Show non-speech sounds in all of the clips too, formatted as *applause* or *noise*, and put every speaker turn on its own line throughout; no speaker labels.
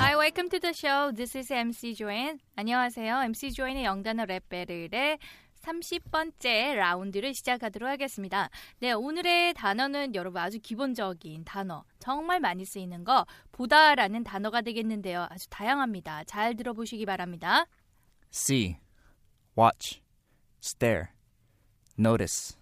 Hi, welcome to the show. This is MC Joanne. 안녕하세요. MC Joanne의 영단어 랩 배틀의 30번째 라운드를 시작하도록 하겠습니다. 네, 오늘의 단어는 여러분 아주 기본적인 단어, 정말 많이 쓰이는 거, 보다라는 단어가 되겠는데요. 아주 다양합니다. 잘 들어보시기 바랍니다.
see, watch, stare, notice,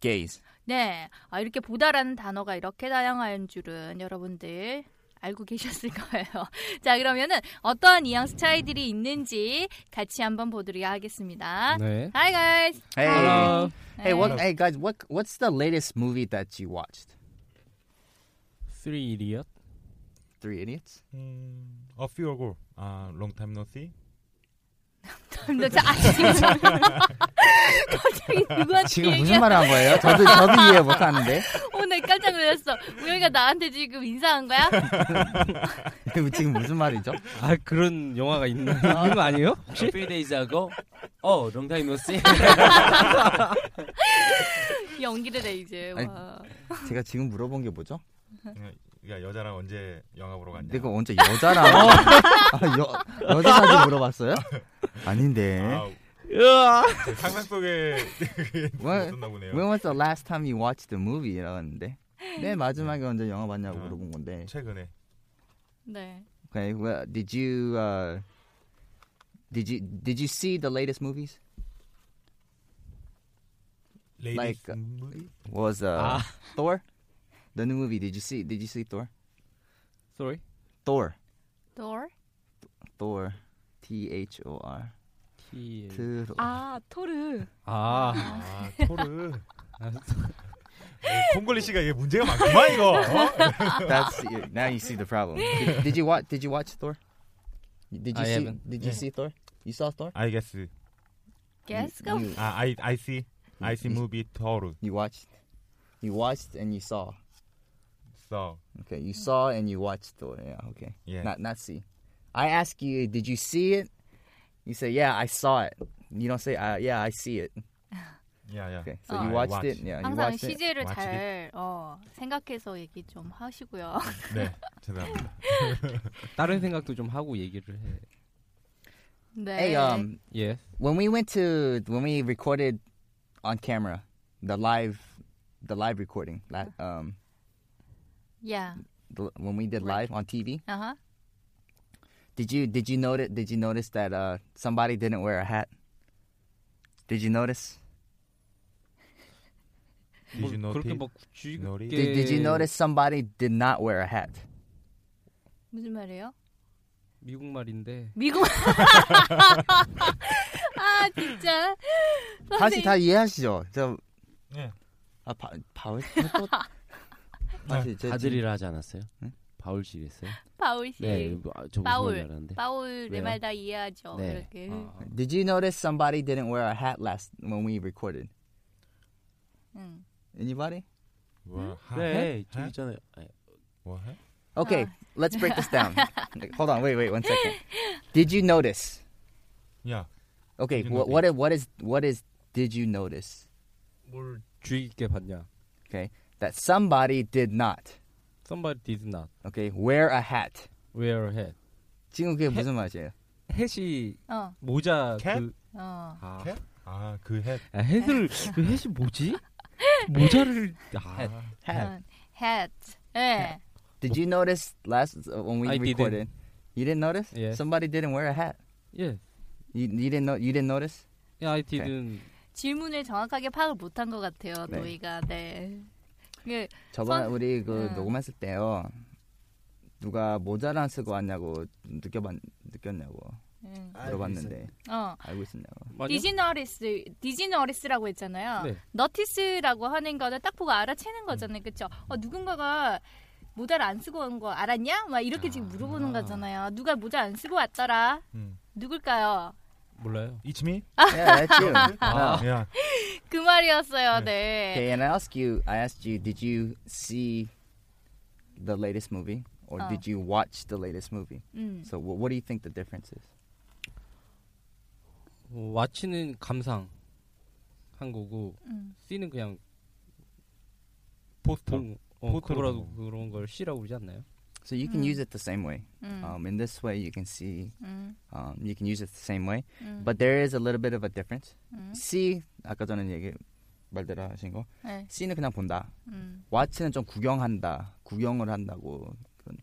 gaze.
네, 아, 이렇게 보다라는 단어가 이렇게 다양한 줄은 여러분들 알고 계셨을 *laughs* 거예요. 자, 그러면은 어떠한 뉘앙스 차이들이 있는지 같이 한번 보도록 하겠습니다.
네.
Hi guys.
Hey,
Hello.
hey,
네.
what, hey guys, what what's the latest movie that you watched?
Three Idiot.
Three Idiots.
음, a few ago. 아, long time no see.
너 자, 아, 진짜. *laughs* 갑자기 누구한테
*laughs* 아, 지금
얘기하-
무슨 말을 한 거예요? 저도 저도 이해 못 하는데
오늘 깜짝 놀랐어. 우영이가 나한테 지금 인사한 거야?
*laughs* 지금 무슨 말이죠?
아 그런 영화가 있나 있는 거 아니에요?
A few days ago. Oh, long time no see.
연기를 해 이제. 와.
제가 지금 물어본 게 뭐죠?
야, 그러니까 여자랑 언제 영화 보러 갔냐?
내가 언제 여자랑 아, 여 여자한테 물어봤어요? 아닌데.
아,
*laughs* 으아.
제 상상
*laughs*
속에
What?
있었나 보네요.
When was the last time you watched the movie? 이러는데. 네 마지막에 언제 영화 봤냐고
아.
물어본 건데.
최근에
네.
Okay, well, did you uh, did you did you see the latest movies?
Ladies
Like,
movie?
Was uh,
Ah.
Thor the new movie? Did you see? Did you see Thor?
Sorry.
Thor,
Door.
Thor, T H O R.
T.
Thor.
아 토르.
아.
아, 토르.
*laughs*
어, 콩글리 씨가 이게 문제가 많구만 이거. 어?
That's *laughs* now you see the problem. Did, did you watch? Did you watch Thor? Did you see?
I haven't.
Did you see Thor? You saw Thor?
I guess.
Guess
You,
go.
you,
아, I I see. I see movie 토르.
you watched. You watched and you saw.
So,
Okay, you saw and you watched Thor. Yeah. Okay.
Yeah.
Not not see. I ask you, did you see it? You say, yeah, I saw it. You don't say, I, yeah, I see it.
yeah, yeah.
Okay, so
Oh.
you
I
watched it.
watched.
Yeah, you
항상
watched it.
CJ를
Watch
잘 어, 생각해서 얘기 좀 하시고요. *laughs*
네, 죄송합니다.
다른 생각도 좀 하고 얘기를 해.
네.
Hey, um,
예.
when we went to when we recorded on camera, the live, the live recording, la- um,
Yeah.
the, when we did live on TV,
Uh-huh.
did you did you notice did you notice that uh somebody didn't wear a hat? Did you notice?
Did you
뭐, 그렇게
notice?
막 굳이
Notice?
Did, did you notice somebody did not wear a hat?
무슨 말이에요?
미국 말인데.
*laughs*
미국. 아, 진짜.
다시 다 이해하시죠? 저
예.
아, 바, *laughs* 바울 또 다시 제
바들이라 하지 않았어요?
응?
바울실 했어요?
바울 씨.
네, 뭐, 아, 저 무슨
바울.
말인지 알았는데.
바울의
왜요?
말 다 이해하죠.
네.
이렇게.
어.
아.
Did you notice somebody didn't wear a hat last when we recorded?
응.
Anybody?
뭐, 하-
네,
하-
저기 있잖아요. 아,
뭐 해?
Okay, let's break this *laughs* down. Hold on, wait, wait, one second. Did you notice?
야,
Okay,
Did you
what what is, what is what is did you notice?
뭘 주의 깊게 봤냐?
Okay, that somebody did not.
Somebody did not
Okay, wear a hat.
wear a hat.
지금 그게 무슨 말이에요?
햇이
어.
모자
캣?
그
어.
아.
아, 그 해.
아, 햇을 그 햇이 뭐지? 모자를 아,
Hat. 네.
어, hat. 예.
Did you notice last uh, when we
I didn't.
recorded? You didn't notice?
Yeah.
Somebody didn't wear a hat.
예.
You, you didn't know. You didn't notice.
예, I didn't.
질문을 정확하게 파악을 못한 것 같아요.
네.
노이가 네. 그
저번에
선-
우리 그
음.
녹음했을 때요. 누가 모자를 안 쓰고 왔냐고 느껴봤 느꼈냐고
음,
물어봤는데
어.
알고 있었냐고.
*laughs* 아니요?
디지너리스, 디지너리스라고 했잖아요.
네. 음.
너티스라고 하는 거는 딱 보고 알아채는 거잖아요, 그렇죠? 어, 누군가가 모자를 안 쓰고 온 거 알았냐? 막 이렇게 지금 물어보는 거잖아요. 누가 모자 안 쓰고 왔더라?
음.
누굴까요?
몰라요.
It's me.
Yeah, that's
*laughs*
you. No.
Yeah.
그 말이었어요. 네.
네.
Okay, and I ask you, I asked you, did you see the latest movie or
Oh.
did you watch the latest movie?
음.
So, wh- what do you think the difference is?
뭐, 와치는 감상 한 거고
음.
씨는 그냥
포스터.
봉 어,
포토로
그거라도
보고.
그런 걸 씨라고 그러지 않나요?
So you can
Mm.
use it the same way.
음.
아.
Um, in this way, you can see.
음.
Um, you can use it the same way,
음.
but there is a little bit of a difference.
음.
See, 아까 전에 얘기 말대로 하신 거.
네.
See는 그냥 본다.
음.
Watch는 좀 구경한다. 구경을 한다고 그런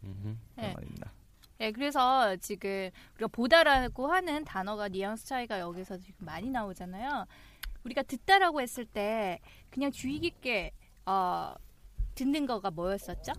네.
말입니다. *laughs*
네, 그래서 지금 우리가 보다라고 하는 단어가 뉘앙스 차이가 여기서 지금 많이 나오잖아요. 우리가 듣다라고 했을 때 그냥 주의 깊게 어, 듣는 거가 뭐였었죠?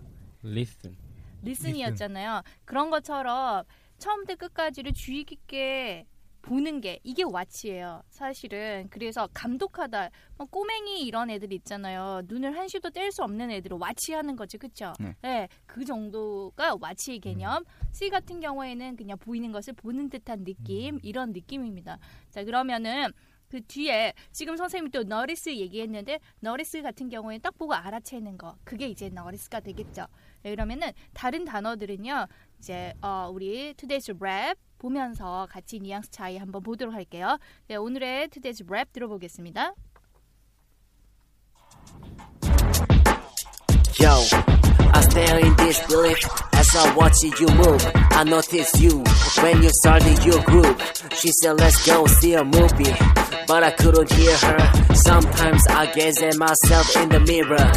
Listen.
리슨이었잖아요. 그런 것처럼 처음부터 끝까지를 주의 깊게 보는 게 이게 왓치예요. 사실은 그래서 감독하다 뭐 꼬맹이 이런 애들 있잖아요. 눈을 한시도 뗄 수 없는 애들을 왓치하는 거지, 그렇죠?
네.
네, 음. 그 정도가 왓치의 개념. C 같은 경우에는 그냥 보이는 것을 보는 듯한 느낌 이런 느낌입니다. 자 그러면은 그 뒤에 지금 선생님이 또 너리스 얘기했는데 너리스 같은 경우에 딱 보고 알아채는 거 그게 이제 너리스가 되겠죠. 네, 그러면은 다른 단어들은요 이제 어, 우리 Today's Rap 보면서 같이 뉘앙스 차이 한번 보도록 할게요. 네, 오늘의 Today's Rap 들어보겠습니다.
Yo, I stare in disbelief as I watch you move. I notice you when you started your group. She said, Let's go see a movie, but I couldn't hear her. Sometimes I gaze at myself in the mirror.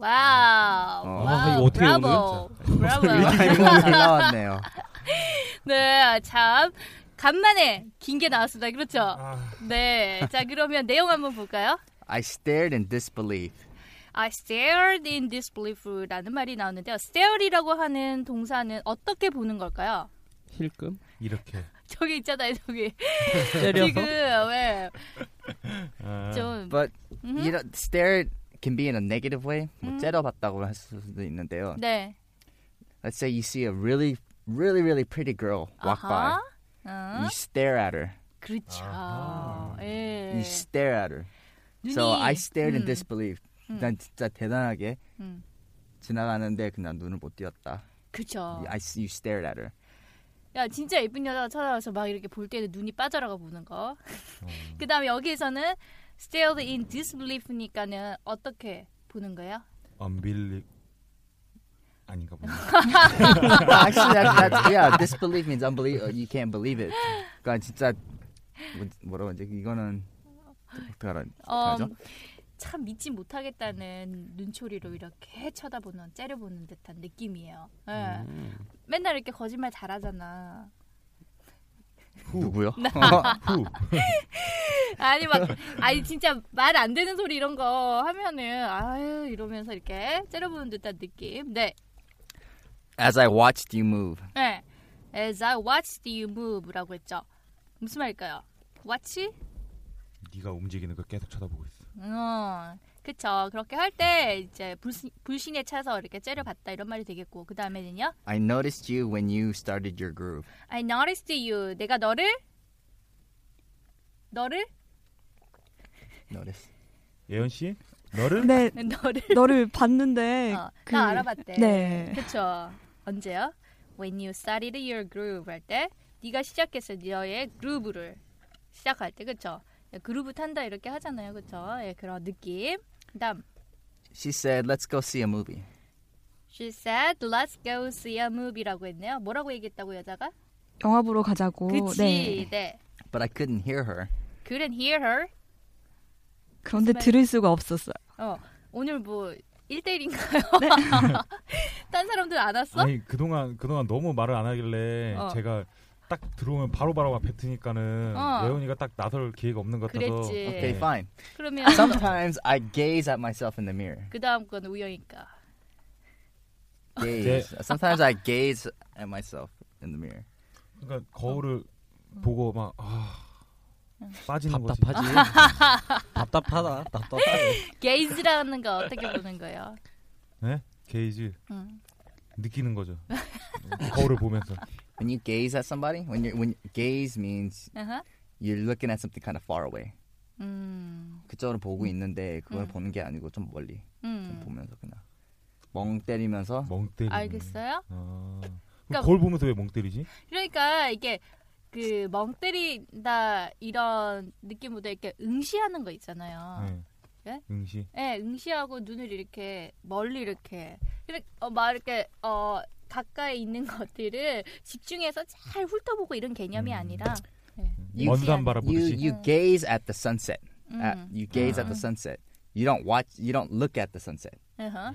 와우,
어.
아, 이거
와우,
어떻게
브라보, 브라보.
잘 나왔네요.
*laughs* 네, 참 간만에 긴 게 나왔습니다. 그렇죠?
아.
네, 자 그러면 내용 한번 볼까요?
I stared in disbelief.
I stared in disbelief라는 말이 나오는데요. stare이라고 하는 동사는 어떻게 보는 걸까요?
*laughs*
힐끔?
이렇게.
저기 있잖아요, 저기. 지금
때려서?
왜?
아,
좀
But
음.
you know, stared can be in a negative way. 뭐
음.
째려봤다고 할 수도 있는데요.
네.
Let's say you see a really, really, really pretty girl walk
아하.
by.
어?
You stare at her.
그렇죠.
아하.
예.
You stare at her.
눈이
So I stared in
음,
disbelief.
음.
난 진짜 대단하게
음.
지나가는데 그냥 눈을 못 띄었다.
그렇죠.
I you stared at her.
야 진짜 예쁜 여자가 찾아와서 막 이렇게 볼 때는 눈이 빠져나가 보는 거. 그다음에 여기에서는 stared in disbelief니까는 어떻게 보는 거예요?
unbelief. 아닌가 보네.
*laughs* Well, actually, that, that's yeah. Disbelief means unbelief. uh, You can't believe it. 그러니까 진짜 뭐, 뭐라고 이제 이거는 어떡하라
어,
어떡하죠?
참 믿지 못하겠다는 눈초리로 이렇게 쳐다보는 째려보는 듯한 느낌이에요. 예.
음.
맨날 이렇게 거짓말 잘하잖아.
*laughs* 누구요?
아니 막 아니 진짜 말 안 되는 소리 이런 거 하면은 아유 이러면서 이렇게 째려보는 듯한 느낌. 네.
As I watched you move.
네. As I watched you move라고 했죠. 무슨 말일까요? Watch?
네가 움직이는 걸 계속 쳐다보고 있어.
어, 그쵸. 그렇게 할 때 이제 불신, 불신에 차서 이렇게 째려봤다 이런 말이 되겠고 그 다음에는요.
I noticed you when you started your groove.
I noticed you. 내가 너를 너를
Notice.
예은 씨, 너를
*laughs*
네,
너를
너를 봤는데
어,
그-
나 알아봤대.
네.
그쵸. 언제요? When you started your groove 할 때 네가 시작했어 너의 그루브를 시작할 때 그쵸. 예, 그루브 탄다 이렇게 하잖아요 그쵸. 예, 그런 느낌. 그다음
She said, "Let's go see a movie."
She said let's go see a movie라고 했네요. 뭐라고 얘기했다고 여자가?
영화 보러 가자고.
그치. 네.
But I couldn't hear her.
Couldn't hear her.
그런데 들을 수가 없었어요.
어, 오늘 뭐
*laughs*
1대1인가요? *laughs* 딴 사람들 안 왔어?
네. 아니 그동안 그동안 너무 말을 안 하길래
어.
제가 딱 들어오면 바로바로 앞에 트니까는
어.
예원이가 딱 나설 기회가 없는 것 같아서 네.
그랬지.
Okay, *laughs* fine.
그러면
Sometimes I gaze at myself in the mirror.
그 다음 건 우영이니까.
Gaze. *laughs* Sometimes I gaze at myself in the mirror.
그러니까 거울을
어.
보고 막 아, 빠지는 거지. *laughs*
답답하지.
답답하다.
게이즈라는 거 어떻게 보는 거예요?
네? 게이지.
음.
느끼는 거죠. 네. 거울을 보면서.
When you gaze at somebody, when you when gaze means
아하.
you're looking at something kind of far away.
음.
그쪽으로 보고 있는데 그걸
음.
보는 게 아니고 좀 멀리 좀
음.
보면서 그냥 멍 때리면서
멍 때리는.
알겠어요?
아. 그럼
그러니까-
거울 보면서 왜 멍 때리지?
그러니까 이게 그 멍 때린다 이런 느낌보다 이렇게 응시하는 거 있잖아요.
네.
예?
응시.
예, 응시하고 눈을 이렇게 멀리 이렇게 이렇게 어, 막 이렇게 어 가까이 있는 *laughs* 것들을 집중해서 잘 훑어보고 이런 개념이 아니라
You,
원산
you,
바라보듯이.
you gaze at the sunset.
음.
At, you gaze at the sunset. You don't watch. You don't look at the sunset.
어허.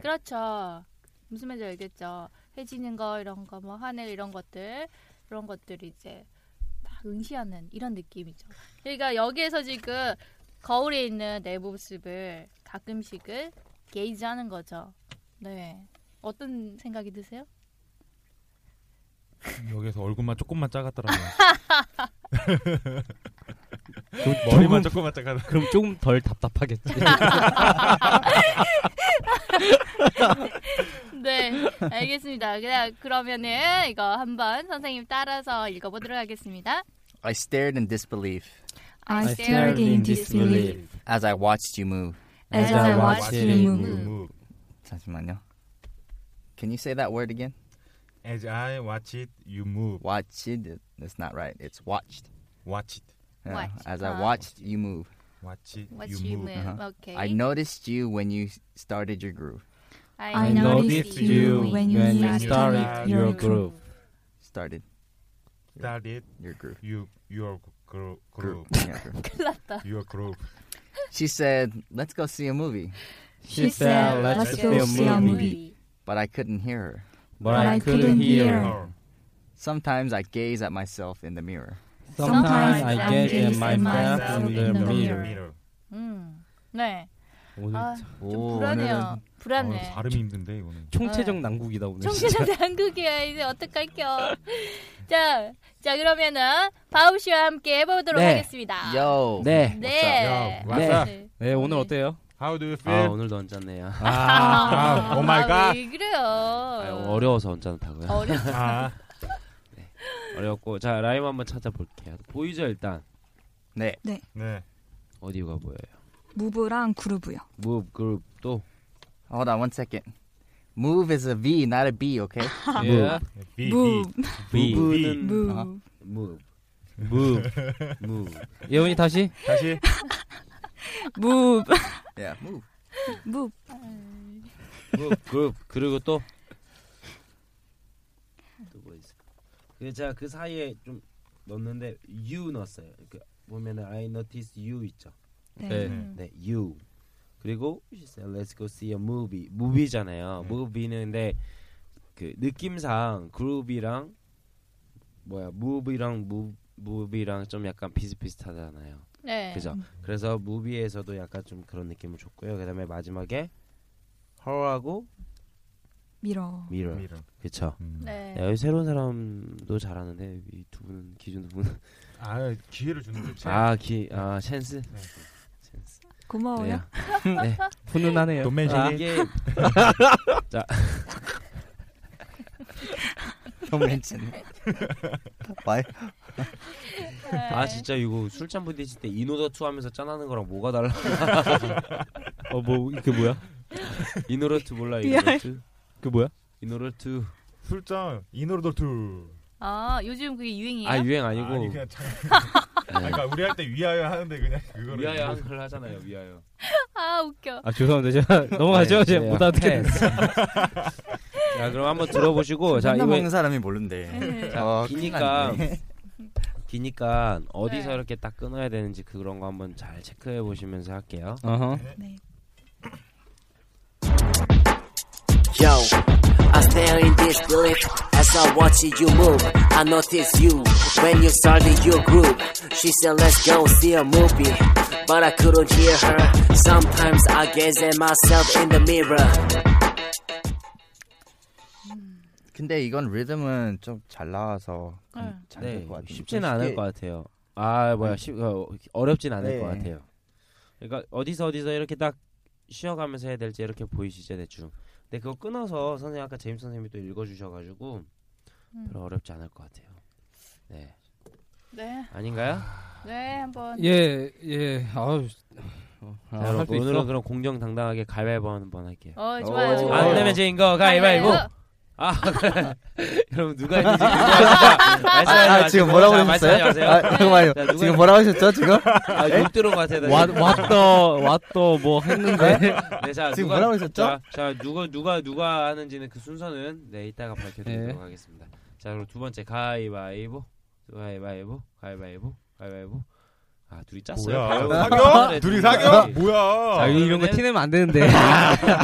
그렇죠. 무슨 말인지 알겠죠. 해지는 거 이런 거 뭐 하늘 이런 것들 그런 것들이 이제 막 응시하는 이런 느낌이죠. 그러니까 여기에서 지금 거울에 있는 내 모습을 가끔씩은 게이지하는 거죠. 네. 어떤 생각이 드세요?
여기서 얼굴만 조금만 작았더라고요.
조금-
*laughs* 머리만 그 조금만 작아.
*laughs* 그럼 조금 덜 *laughs* 답답하겠지.
네, *laughs* 알겠습니다. 그냥 그러면은 이거 한번 선생님 따라서 읽어보도록 하겠습니다.
I stared in disbelief.
I stared in disbelief
as I watched you move.
as I watched you move.
잠시만요. Can you say that word again?
As I watch it, you move.
Watch it. That's not right. It's watched.
Watch it.
Yeah,
Watch,
As
아.
I watched you move.
Watch it,
Watch you move.
Uh-huh.
Okay.
I noticed you when you started your groove.
I
I noticed you when you started your groove.
Started
That it,
your groove.
you, your gro-
Groove.
groove.
Yeah, groove.
큰일 났다.
*laughs* Your groove.
She said, "Let's go see a movie,"
She said, "Let's go see
음.
a movie."
but I couldn't hear her.
But I couldn't hear.
Sometimes I gaze at myself in the mirror.
Sometimes I get in my bath in the mirror.
Oh,
음, 네.
오늘
아,
오,
좀 불안해요. 불안해.
어, 발음이 힘든데 이거는.
아. 총체적 난국이다 오늘.
정신은 한국이야 이제 어떡할게요. *laughs* 자, 자 그러면은 바우 씨와 함께 해보도록
네.
하겠습니다.
Yo.
네.
네.
야, 왔어.
네.
*laughs* 네 오늘 어때요?
How do you
아
feel?
오늘도 언짢네요.
아, 오 마이
아,
갓.
왜 그래요?
아, 어려워서 언짢다고요.
어려.
아,
어렵고 자 라임 한번 찾아볼게요. 보이죠 일단
네.
네.
어디가 보여요?
무브랑
*laughs*
그루브요.
무브 그룹 또
Hold on one second. Move is a V, not a B. Okay.
예.
B,
무브,
V
무브는
무브.
아하.
무브 무브 *laughs* 무브
예원이 다시.
다시.
무브,
yeah. Move.
무브.
무브 그룹 그리고 또또뭐 있어? 그자그 사이에 좀 넣었는데 you 넣었어요. 그 보면은 I notice you 있죠.
네.
*laughs* 네.
네, you. 그리고 she said, let's go see a movie. movie잖아요. movie는 근데 그 느낌상 그룹이랑 뭐야, movie랑 move, movie랑 좀 약간 비슷비슷하잖아요.
네.
그죠? 그래서 movie에서도 약간 좀 그런 느낌을 줬고요. 그다음에 마지막에 her하고
미러.
mirror.
네. 미러.
그쵸?
음.
네.
네. 여기 새로운 사람도 잘하는데 이 두 분은 기준 두 분은
아, 기회를 주는 거지.
아기아 찬스 찬스
고마워요.
네. 네. *laughs*
훈훈하네요.
아,
돈맨션이
이게
Don't *laughs* mention it. Why?
네.
아 진짜 이거 술잔 부딪힐 때 인오더투 하면서 짠하는 거랑 뭐가 달라? *laughs*
어뭐
그
이게 뭐야?
인오더투 몰라 인오더투?
그 뭐야?
인오더투
술잔 이노르돌투.
아 요즘 그게 유행이에요?
아 유행 아니고
아니 그냥 참. 아, 그러니까 우리 할 때 위하여 하는데 그냥 그거를. 뭐
위하여 한글 하잖아요 위하여
아, 웃겨.
아 죄송합니다. 제가
*laughs*
넘어가죠.
네,
제가
네.
못 알아듣겠네.
*laughs* 자 그럼 한번 들어보시고 자
맨날
이거
먹는 사람이 모른대.
자,
어, 큰일
*laughs* 기니까
났네.
기니까 어디서
네.
이렇게 딱 끊어야 되는지 그런 거 한번 잘 체크해 보시면서 할게요.
어허.
Yo, I stare in disbelief as I watch you move. I notice you when you started your group. She said, Let's go see a movie, but I couldn't hear her. Sometimes I gaze at myself in the mirror.
근데 이건 리듬은 좀 잘 나와서
네.
네,
잘될것 같아요.
쉽지는 않을 것 같아요. 아 뭐야, 쉽, 어, 어렵진 않을
네.
것 같아요. 그러니까 어디서 어디서 이렇게 딱 쉬어가면서 해야 될지 이렇게 보이시죠 대충. 근데 그거 끊어서 선생님 아까 제임 선생님이 또 읽어주셔가지고
음.
별로 어렵지 않을 것 같아요. 네,
네.
아닌가요?
네, 한번.
예, 예. 아우. 어,
자,
아, 할수
여러분
있어?
오늘은 그럼 공정 당당하게 가위바위보 한번 할게요.
어, 좋아요.
오.
좋아요.
안 되면 제인 거 가위바위보.
가위바위보.
아,
*laughs*
여러분 누가 했는지 궁금하시다.
아,
말씀하지
아,
마시고.
지금 뭐라고
자,
하셨어요?
말씀하지 마세요.
아, 잠깐만요.
자, 누가
지금 뭐라고 하셨죠? 지금?
아,
예?
욕 들은 것 같아요. 나
왓,
지금.
왓더, 왓더 뭐 했는데.
네, 자,
지금
누가-
뭐라고 하셨죠?
자, 자, 누가 누가 누가 하는지는 그 순서는 네 이따가 밝혀드리도록
네.
하겠습니다. 자, 그럼 두 번째 가위바위보, 가위바위보, 가위바위보, 가위바위보. 아, 둘이 짰어요.
뭐야?
가위바위보.
사겨?
네,
둘이
짰어요.
사겨? 뭐야?
아, 이런 거 티내면 안 되는데.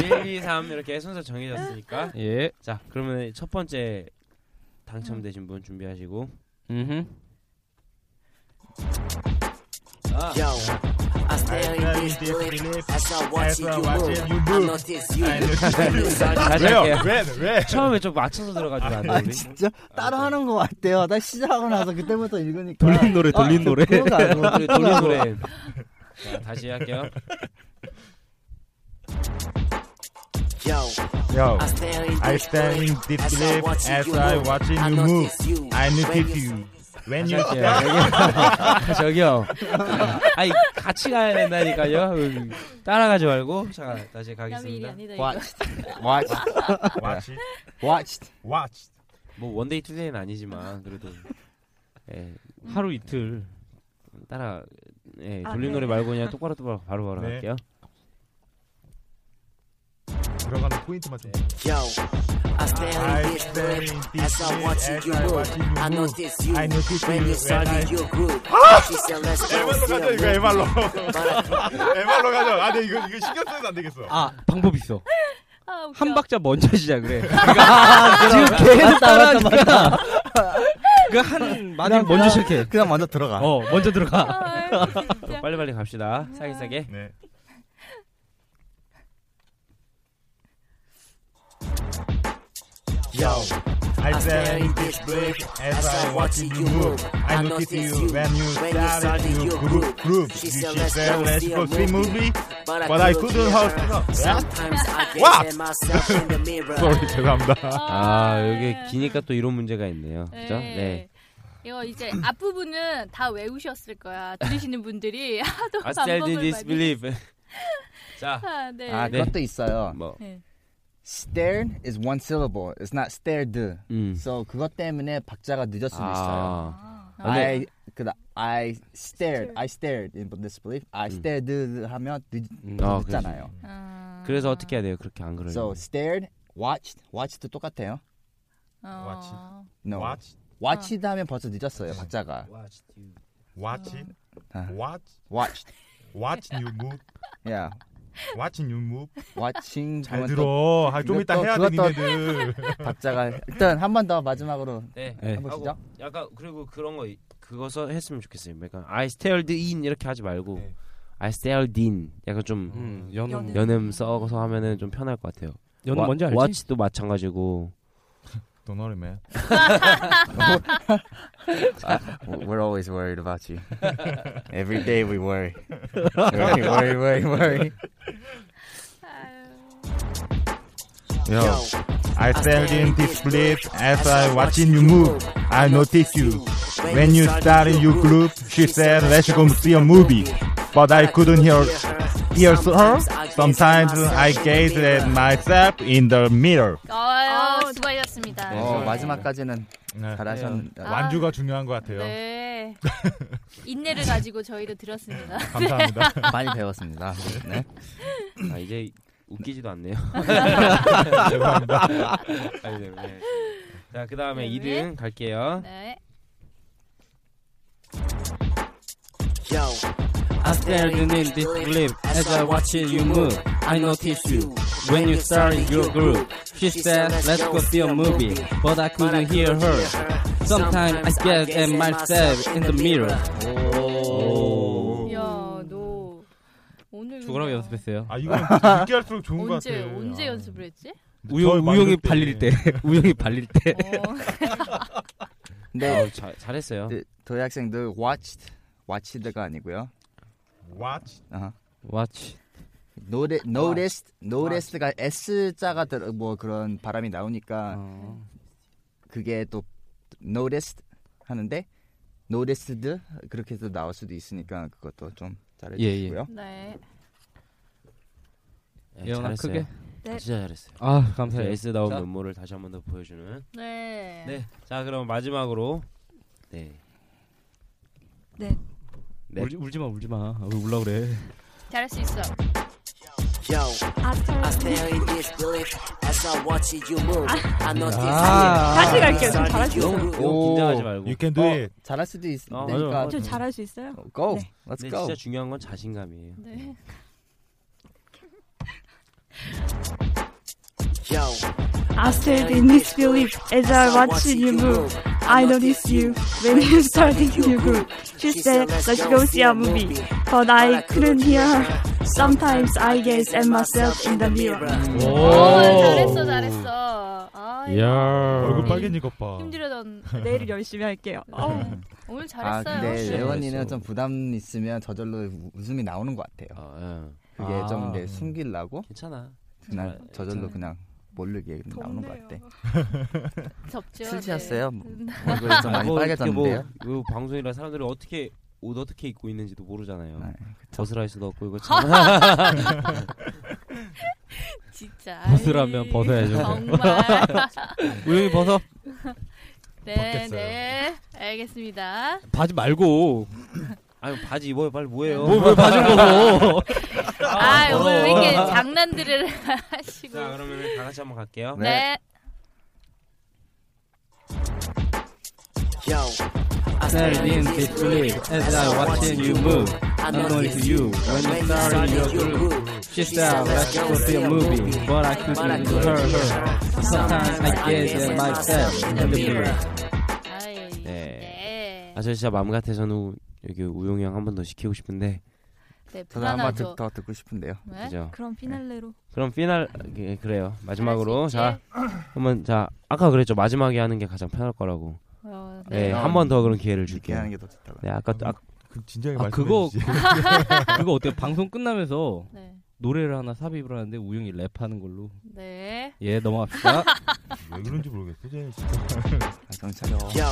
1, 2, 3 이렇게 순서 정해졌으니까.
*laughs* 예.
자, 그러면 첫 번째 당첨되신 분 준비하시고.
음.
아,
Yo, I stare in disbelief as I watch you move. I notice you when you started
다시
왜요?
할게요.
왜? 왜?
처음에 좀 맞춰서 들어가지면 안
아
돼, 우리?
진짜 따로 하는 것 같대요. 나 시작하고 나서 그때부터 읽으니까
돌린 노래, 돌린
아,
노래.
그런 거
*laughs*
아니고
우리 돌린 노래. 어. 자, 다시 할게요.
Yo,
야.
I stare in
I stare in
disbelief as I
disbelief
watch
as
you
I
move.
watching
I
you move.
notice you
I
when
notice
you
you when
다시
you
할게요. *laughs* 여기요. 저기요. 아니 같이 가야 된다니까요. 음, 따라가지 말고 자 다시
남이 일이
가겠습니다.
아니다. 이거.
Watched, watched,
watch it,
watched.
watch.
뭐 원데이 투데이는 아니지만 그래도 예, 하루 이틀 따라 예,
아,
돌림
네.
노래 말고 그냥 똑바로 똑바로 바로 바로
네.
갈게요.
들어가는 포인트만 좀.
Yo, I stare in
I stare in
disbelief as
disbelief
I watch
as
you
I
move.
watch you
I
move.
notice you
I notice
when
you
you
when
started
I-
your group. She said, Let's go
에발로
see
가자
a movie.
이거 에발로.
But I
에발로 가자. 아, 네 이거 이거 신경 쓰면 안 되겠어.
아, 방법 있어.
아, 웃겨.
한 박자 먼저 *laughs* 시작을 해.
아,
지금 계속 따라하니까. *laughs* 그한 마디 먼저 시작해.
그냥 먼저 들어가.
어, 먼저 들어가.
아, 진짜.
빨리 빨리 갑시다. 싸게 싸게.
네.
Yo, I
I
stare
stare
in
in
disbelief
disbelief
as I watch you move. I notice you when you
started
started
your
your
group.
group. group.
She
She
said,
said, "Let's go see movie."
But I,
But I couldn't
couldn't
help
hear her.
it.
Sometimes I
Wow.
gaze at myself in the mirror.
sorry 죄송합니다.
아 여기
네.
기니까 또 이런 문제가 있네요.
네.
그죠? 네.
이거 이제 앞부분은 다 외우셨을 거야. 들으시는 분들이 *laughs* 하도
I still
반복을
in
많이.
disbelief. *laughs* 자,
아, 네.
아,
네.
그것도 있어요. 네.
뭐
Stared is one syllable. It's not stared.
음.
So 그것 때문에 박자가 늦을 수도 있어요.
아. 근데-
I 그 I stared, I stared in disbelief. I stared 하면 늦,
음,
좀
아,
음. 늦잖아요. 네.
아,
그래서 어떻게 해야 돼요? 그렇게 안 그러려면.
So stared, watched, watched도 똑같아요.
어.
watch
No.
Watch,
watched 하면 벌써 늦었어요. 박자가.
watch it,
아.
watch,
watched.
watching you move,
Yeah.
watching you move.
watching
*laughs* 잘
하면 또
들어. 아, 좀 이따
이것도-
해야 돼
그것도-
니네들.
박자가 일단 한 번 더 마지막으로
네.
예.
해보시죠.
하고 약간 그리고 그런 거 이- 그거서 했으면 좋겠어요. 약간 "아, I stared in 이렇게 하지 말고
네.
I stared in 약간 좀
음, 연음.
연음 써서 하면은 좀 편할 것 같아요.
연음
와-
뭔지 알지?
watch도 마찬가지고
Don't worry, man.
We're always worried about *laughs* you. Every day we *laughs* worry. worry, worry, worry, worry.
Yo, I stare in disbelief as I watching you move. I notice you when you started your group. She said, "Let's go see a movie," but I couldn't hear hear her. Sometimes I gaze at myself in the mirror.
어유, 수고하셨습니다.
어, 마지막까지는
네.
잘하셨는데.
완주가 중요한 것 같아요.
네. 인내를 가지고 저희도 들었습니다. *laughs*
감사합니다.
아, 많이 배웠습니다. *laughs* 네.
아 이제 웃기지도 *laughs* 않네요. 아, 죄송합니다. 아니, 네, 네. 자, 그다음에
네.
2등 갈게요.
네.
Yo,
I staring in this clip as I watching you move. I notice you when you started your group. She said, "Let's go see a movie," but I couldn't hear her. Sometimes I get at myself in the mirror.
야, 너 오늘
누구랑 연습했어요?
아
이거는
늦게 할수록 좋은 것
언제
같아.
언제 연습을 했지?
아, 우영
저희
우영이
만들 때.
발릴 때 *laughs* 우영이 발릴 때.
네.
아우, 잘- 잘했어요.
네, 저희 학생들 watched watched가 아니고요.
watch
아하.
watch
아,
노래 noticed noticed가 s 자가 들어 뭐 그런 바람이 나오니까
어.
그게 또 noticed 하는데 noticed 그렇게 해서 나올 수도 있으니까 그것도 좀 잘해
예, 예.
주시고요.
네.
예,
예원아,
잘했어요. 네.
크게.
네.
진짜 잘했어요. 그
아, 감사해요.
에스 나온
자.
면모를 다시 한 번 더 보여주는.
네.
네. 자 그럼 마지막으로 네.
네.
네.
울지, 울지 마 울지 마. 아, 왜 울라 그래.
잘할 수 있어.
yo, I stare in disbelief as I watch you move. I notice you.
다시 갈게요. 좀
started
잘할 수
your group.
있어요.
아. 너무 긴장하지 말고.
You can do
어,
it.
잘할 수도
어,
있으니까.
맞아, 맞아.
좀 잘할 수 있어요?
go.
네.
Let's
근데
go.
진짜 중요한 건 자신감이에요.
네.
Yo,
I stared in disbelief as I watched you move. I noticed you when you started your group. She said, let's go see a movie. But I couldn't hear her. Sometimes I gaze at myself in the mirror.
오, 잘했어 잘했어. 아,
얼굴 빨개진 것 봐.
힘들어던
내일 열심히 할게요.
네.
*laughs*
어.
오늘
아
잘했어요.
근데
네.
예원이는 좀 부담 있으면 저절로 우- 웃음이 나오는 것 같아요. 그게
아.
좀 이제 숨기려고
어, 괜찮아.
그냥
잘-
저절로
괜찮아요.
그냥 모르게 나오는 것 같아.
덥죠.
술취했어요?
네.
얼굴이 좀 아, 많이
뭐 이렇게
빨개졌는데요.
뭐, 뭐 방송이라 사람들이 어떻게 옷 어떻게 입고 있는지도 모르잖아요.
네,
벗으라 할 수도 없고
*laughs*
이거 참. *laughs*
네. 진짜.
벗으라면
아이,
벗어야죠.
정말.
우영이 벗어.
네,
벗겠어요.
네. 알겠습니다.
바지 말고.
아유 바지 입어요 빨리 뭐예요?
뭘, 뭘 바지를 벗어.
아, 오늘 왜 이렇게 장난들을 *laughs* 하시고.
*laughs* 자 그러면 다 같이 한번 갈게요.
네.
yo. I
There in disbelief as I watching you move. I notice you when you start your group. She said, let's go see a movie, but I couldn't hear her. Sometimes I gaze at myself in the mirror.
네. 아 저 진짜 마음 같아서는 우- 여기 우용이 형 한 번 더 시키고 싶은데
네,
저도 한번 듣-
불안하죠.
더 듣고 싶은데요.
네?
그죠?
그럼 피날레로.
그럼 피날 예, 그래요
아,
마지막으로 자 한번 자 아까 그랬죠 마지막에 하는 게 가장 편할 거라고.
어,
네.
네.
한 번 더 그런 기회를 줄게요.
하는 게더 좋다고.
네 아까 또 아,
그 진작에
아,
말씀해
그거
주지.
*laughs* 그거 어때요? 방송 끝나면서
네.
노래를 하나 삽입을 하는데 우영이 랩하는 걸로.
네.
*laughs*
예, 넘어갑시다.
왜 그런지 모르겠어. 쟤 진짜.
아,
Yo,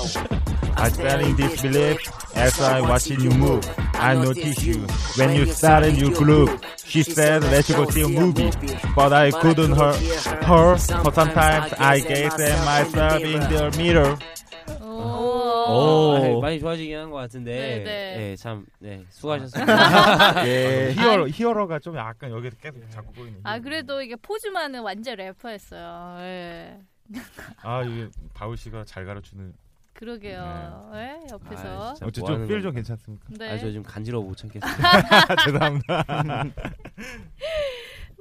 I stand in disbelief as I watching you move. I notice you when you started your group. She said, "Let's go see a movie," but I couldn't hear her. For sometimes I gaze at myself in the
*laughs*
mirror.
오.
오.
많이 좋아지긴 한 것 같은데.
네, 네. 아,
예, 참, 네, 수고하셨습니다.
예. 히어로 히어로가 좀 약간 여기 계속 자꾸 보이네.
아, 그래도 이게 포즈만은 완전 래퍼였어요. 예.
아 이게 바울 씨가 잘 가르치는.
그러게요. 예, 옆에서.
아, 진짜
어째
뭐 하는
좀필좀
건가?
괜찮습니까?
네.
아, 저 지금 간지러워 못 참겠어요.
죄송합니다.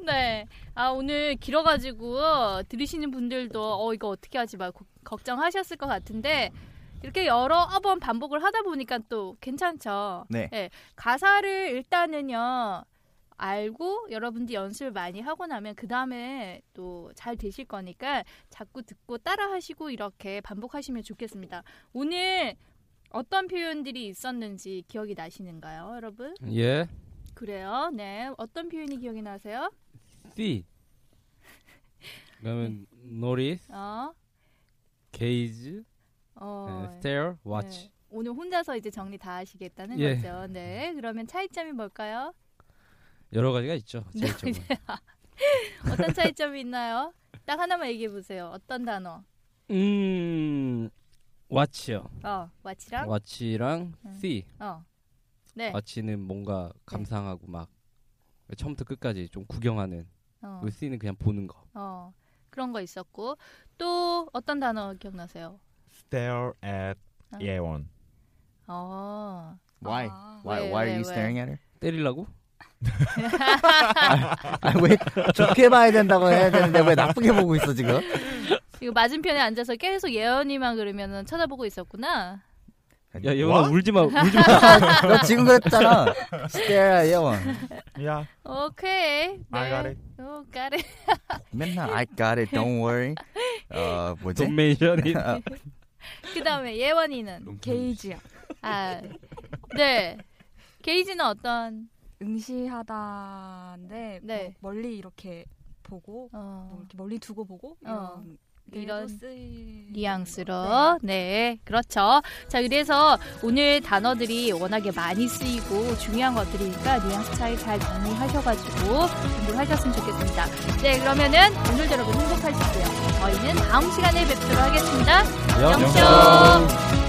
네. 아, 오늘 길어가지고 들으시는 분들도 어, 이거 어떻게 하지 말고 걱정하셨을 것 같은데 이렇게 여러 번 반복을 하다 보니까 또 괜찮죠.
네.
예, 가사를 일단은요. 알고 여러분들이 연습을 많이 하고 나면 그 다음에 또 잘 되실 거니까 자꾸 듣고 따라 하시고 이렇게 반복하시면 좋겠습니다. 오늘 어떤 표현들이 있었는지 기억이 나시는가요, 여러분?
예.
그래요. 네. 어떤 표현이 기억이 나세요?
C. 그러면 notice,
어.
gaze,
어.
네, stare, watch.
네. 오늘 혼자서 이제 정리 다 하시겠다는
예.
거죠. 네. 그러면 차이점이 뭘까요?
여러 가지가 있죠. 제일 좋은.
어떤 차이점이 있나요? 딱 하나만 얘기해 보세요. 어떤 단어?
음. watch요.
어, 왓이랑
watch랑
음.
see.
어. 네.
watch는 뭔가 감상하고 막 처음부터 끝까지 좀 구경하는.
어.
그리고 see는 그냥 보는 거.
어. 그런 거 있었고 또 어떤 단어 기억나세요?
Stare at 예원.
어.
Why?
아.
why?
왜,
why are
왜,
you
왜?
staring at her?
때리려고?
아 왜 좋게 봐야 된다고 해야 되는데 왜 나쁘게 보고 있어 지금?
이거 맞은편에 앉아서 계속 예언이만 그러면은 쳐다보고 있었구나.
야
뭐?
예원아 울지 마 울지
나 지금 그랬잖아. stare at 예원.
야.
오케이. 네.
I got it.
오, got it. *laughs*
맨날 I got it, don't worry. 어 뭐지?
Don't mention it.
그다음에 예원이는
게이지요.
아. 네. 게이지는 어떤
응시하다인데
네.
뭐 멀리 이렇게 보고 뭐 이렇게 멀리 두고 보고
어.
이런
이런
이런 쓰이
뉘앙스로 네 그렇죠 자 그래서 오늘 단어들이 워낙에 많이 쓰이고 중요한 것들이니까 뉘앙스 차이 잘 정리하셔가지고 공부하셨으면 좋겠습니다 네 그러면은 오늘 여러분 행복하시고요 저희는 다음 시간에 뵙도록 하겠습니다
마.
영쇼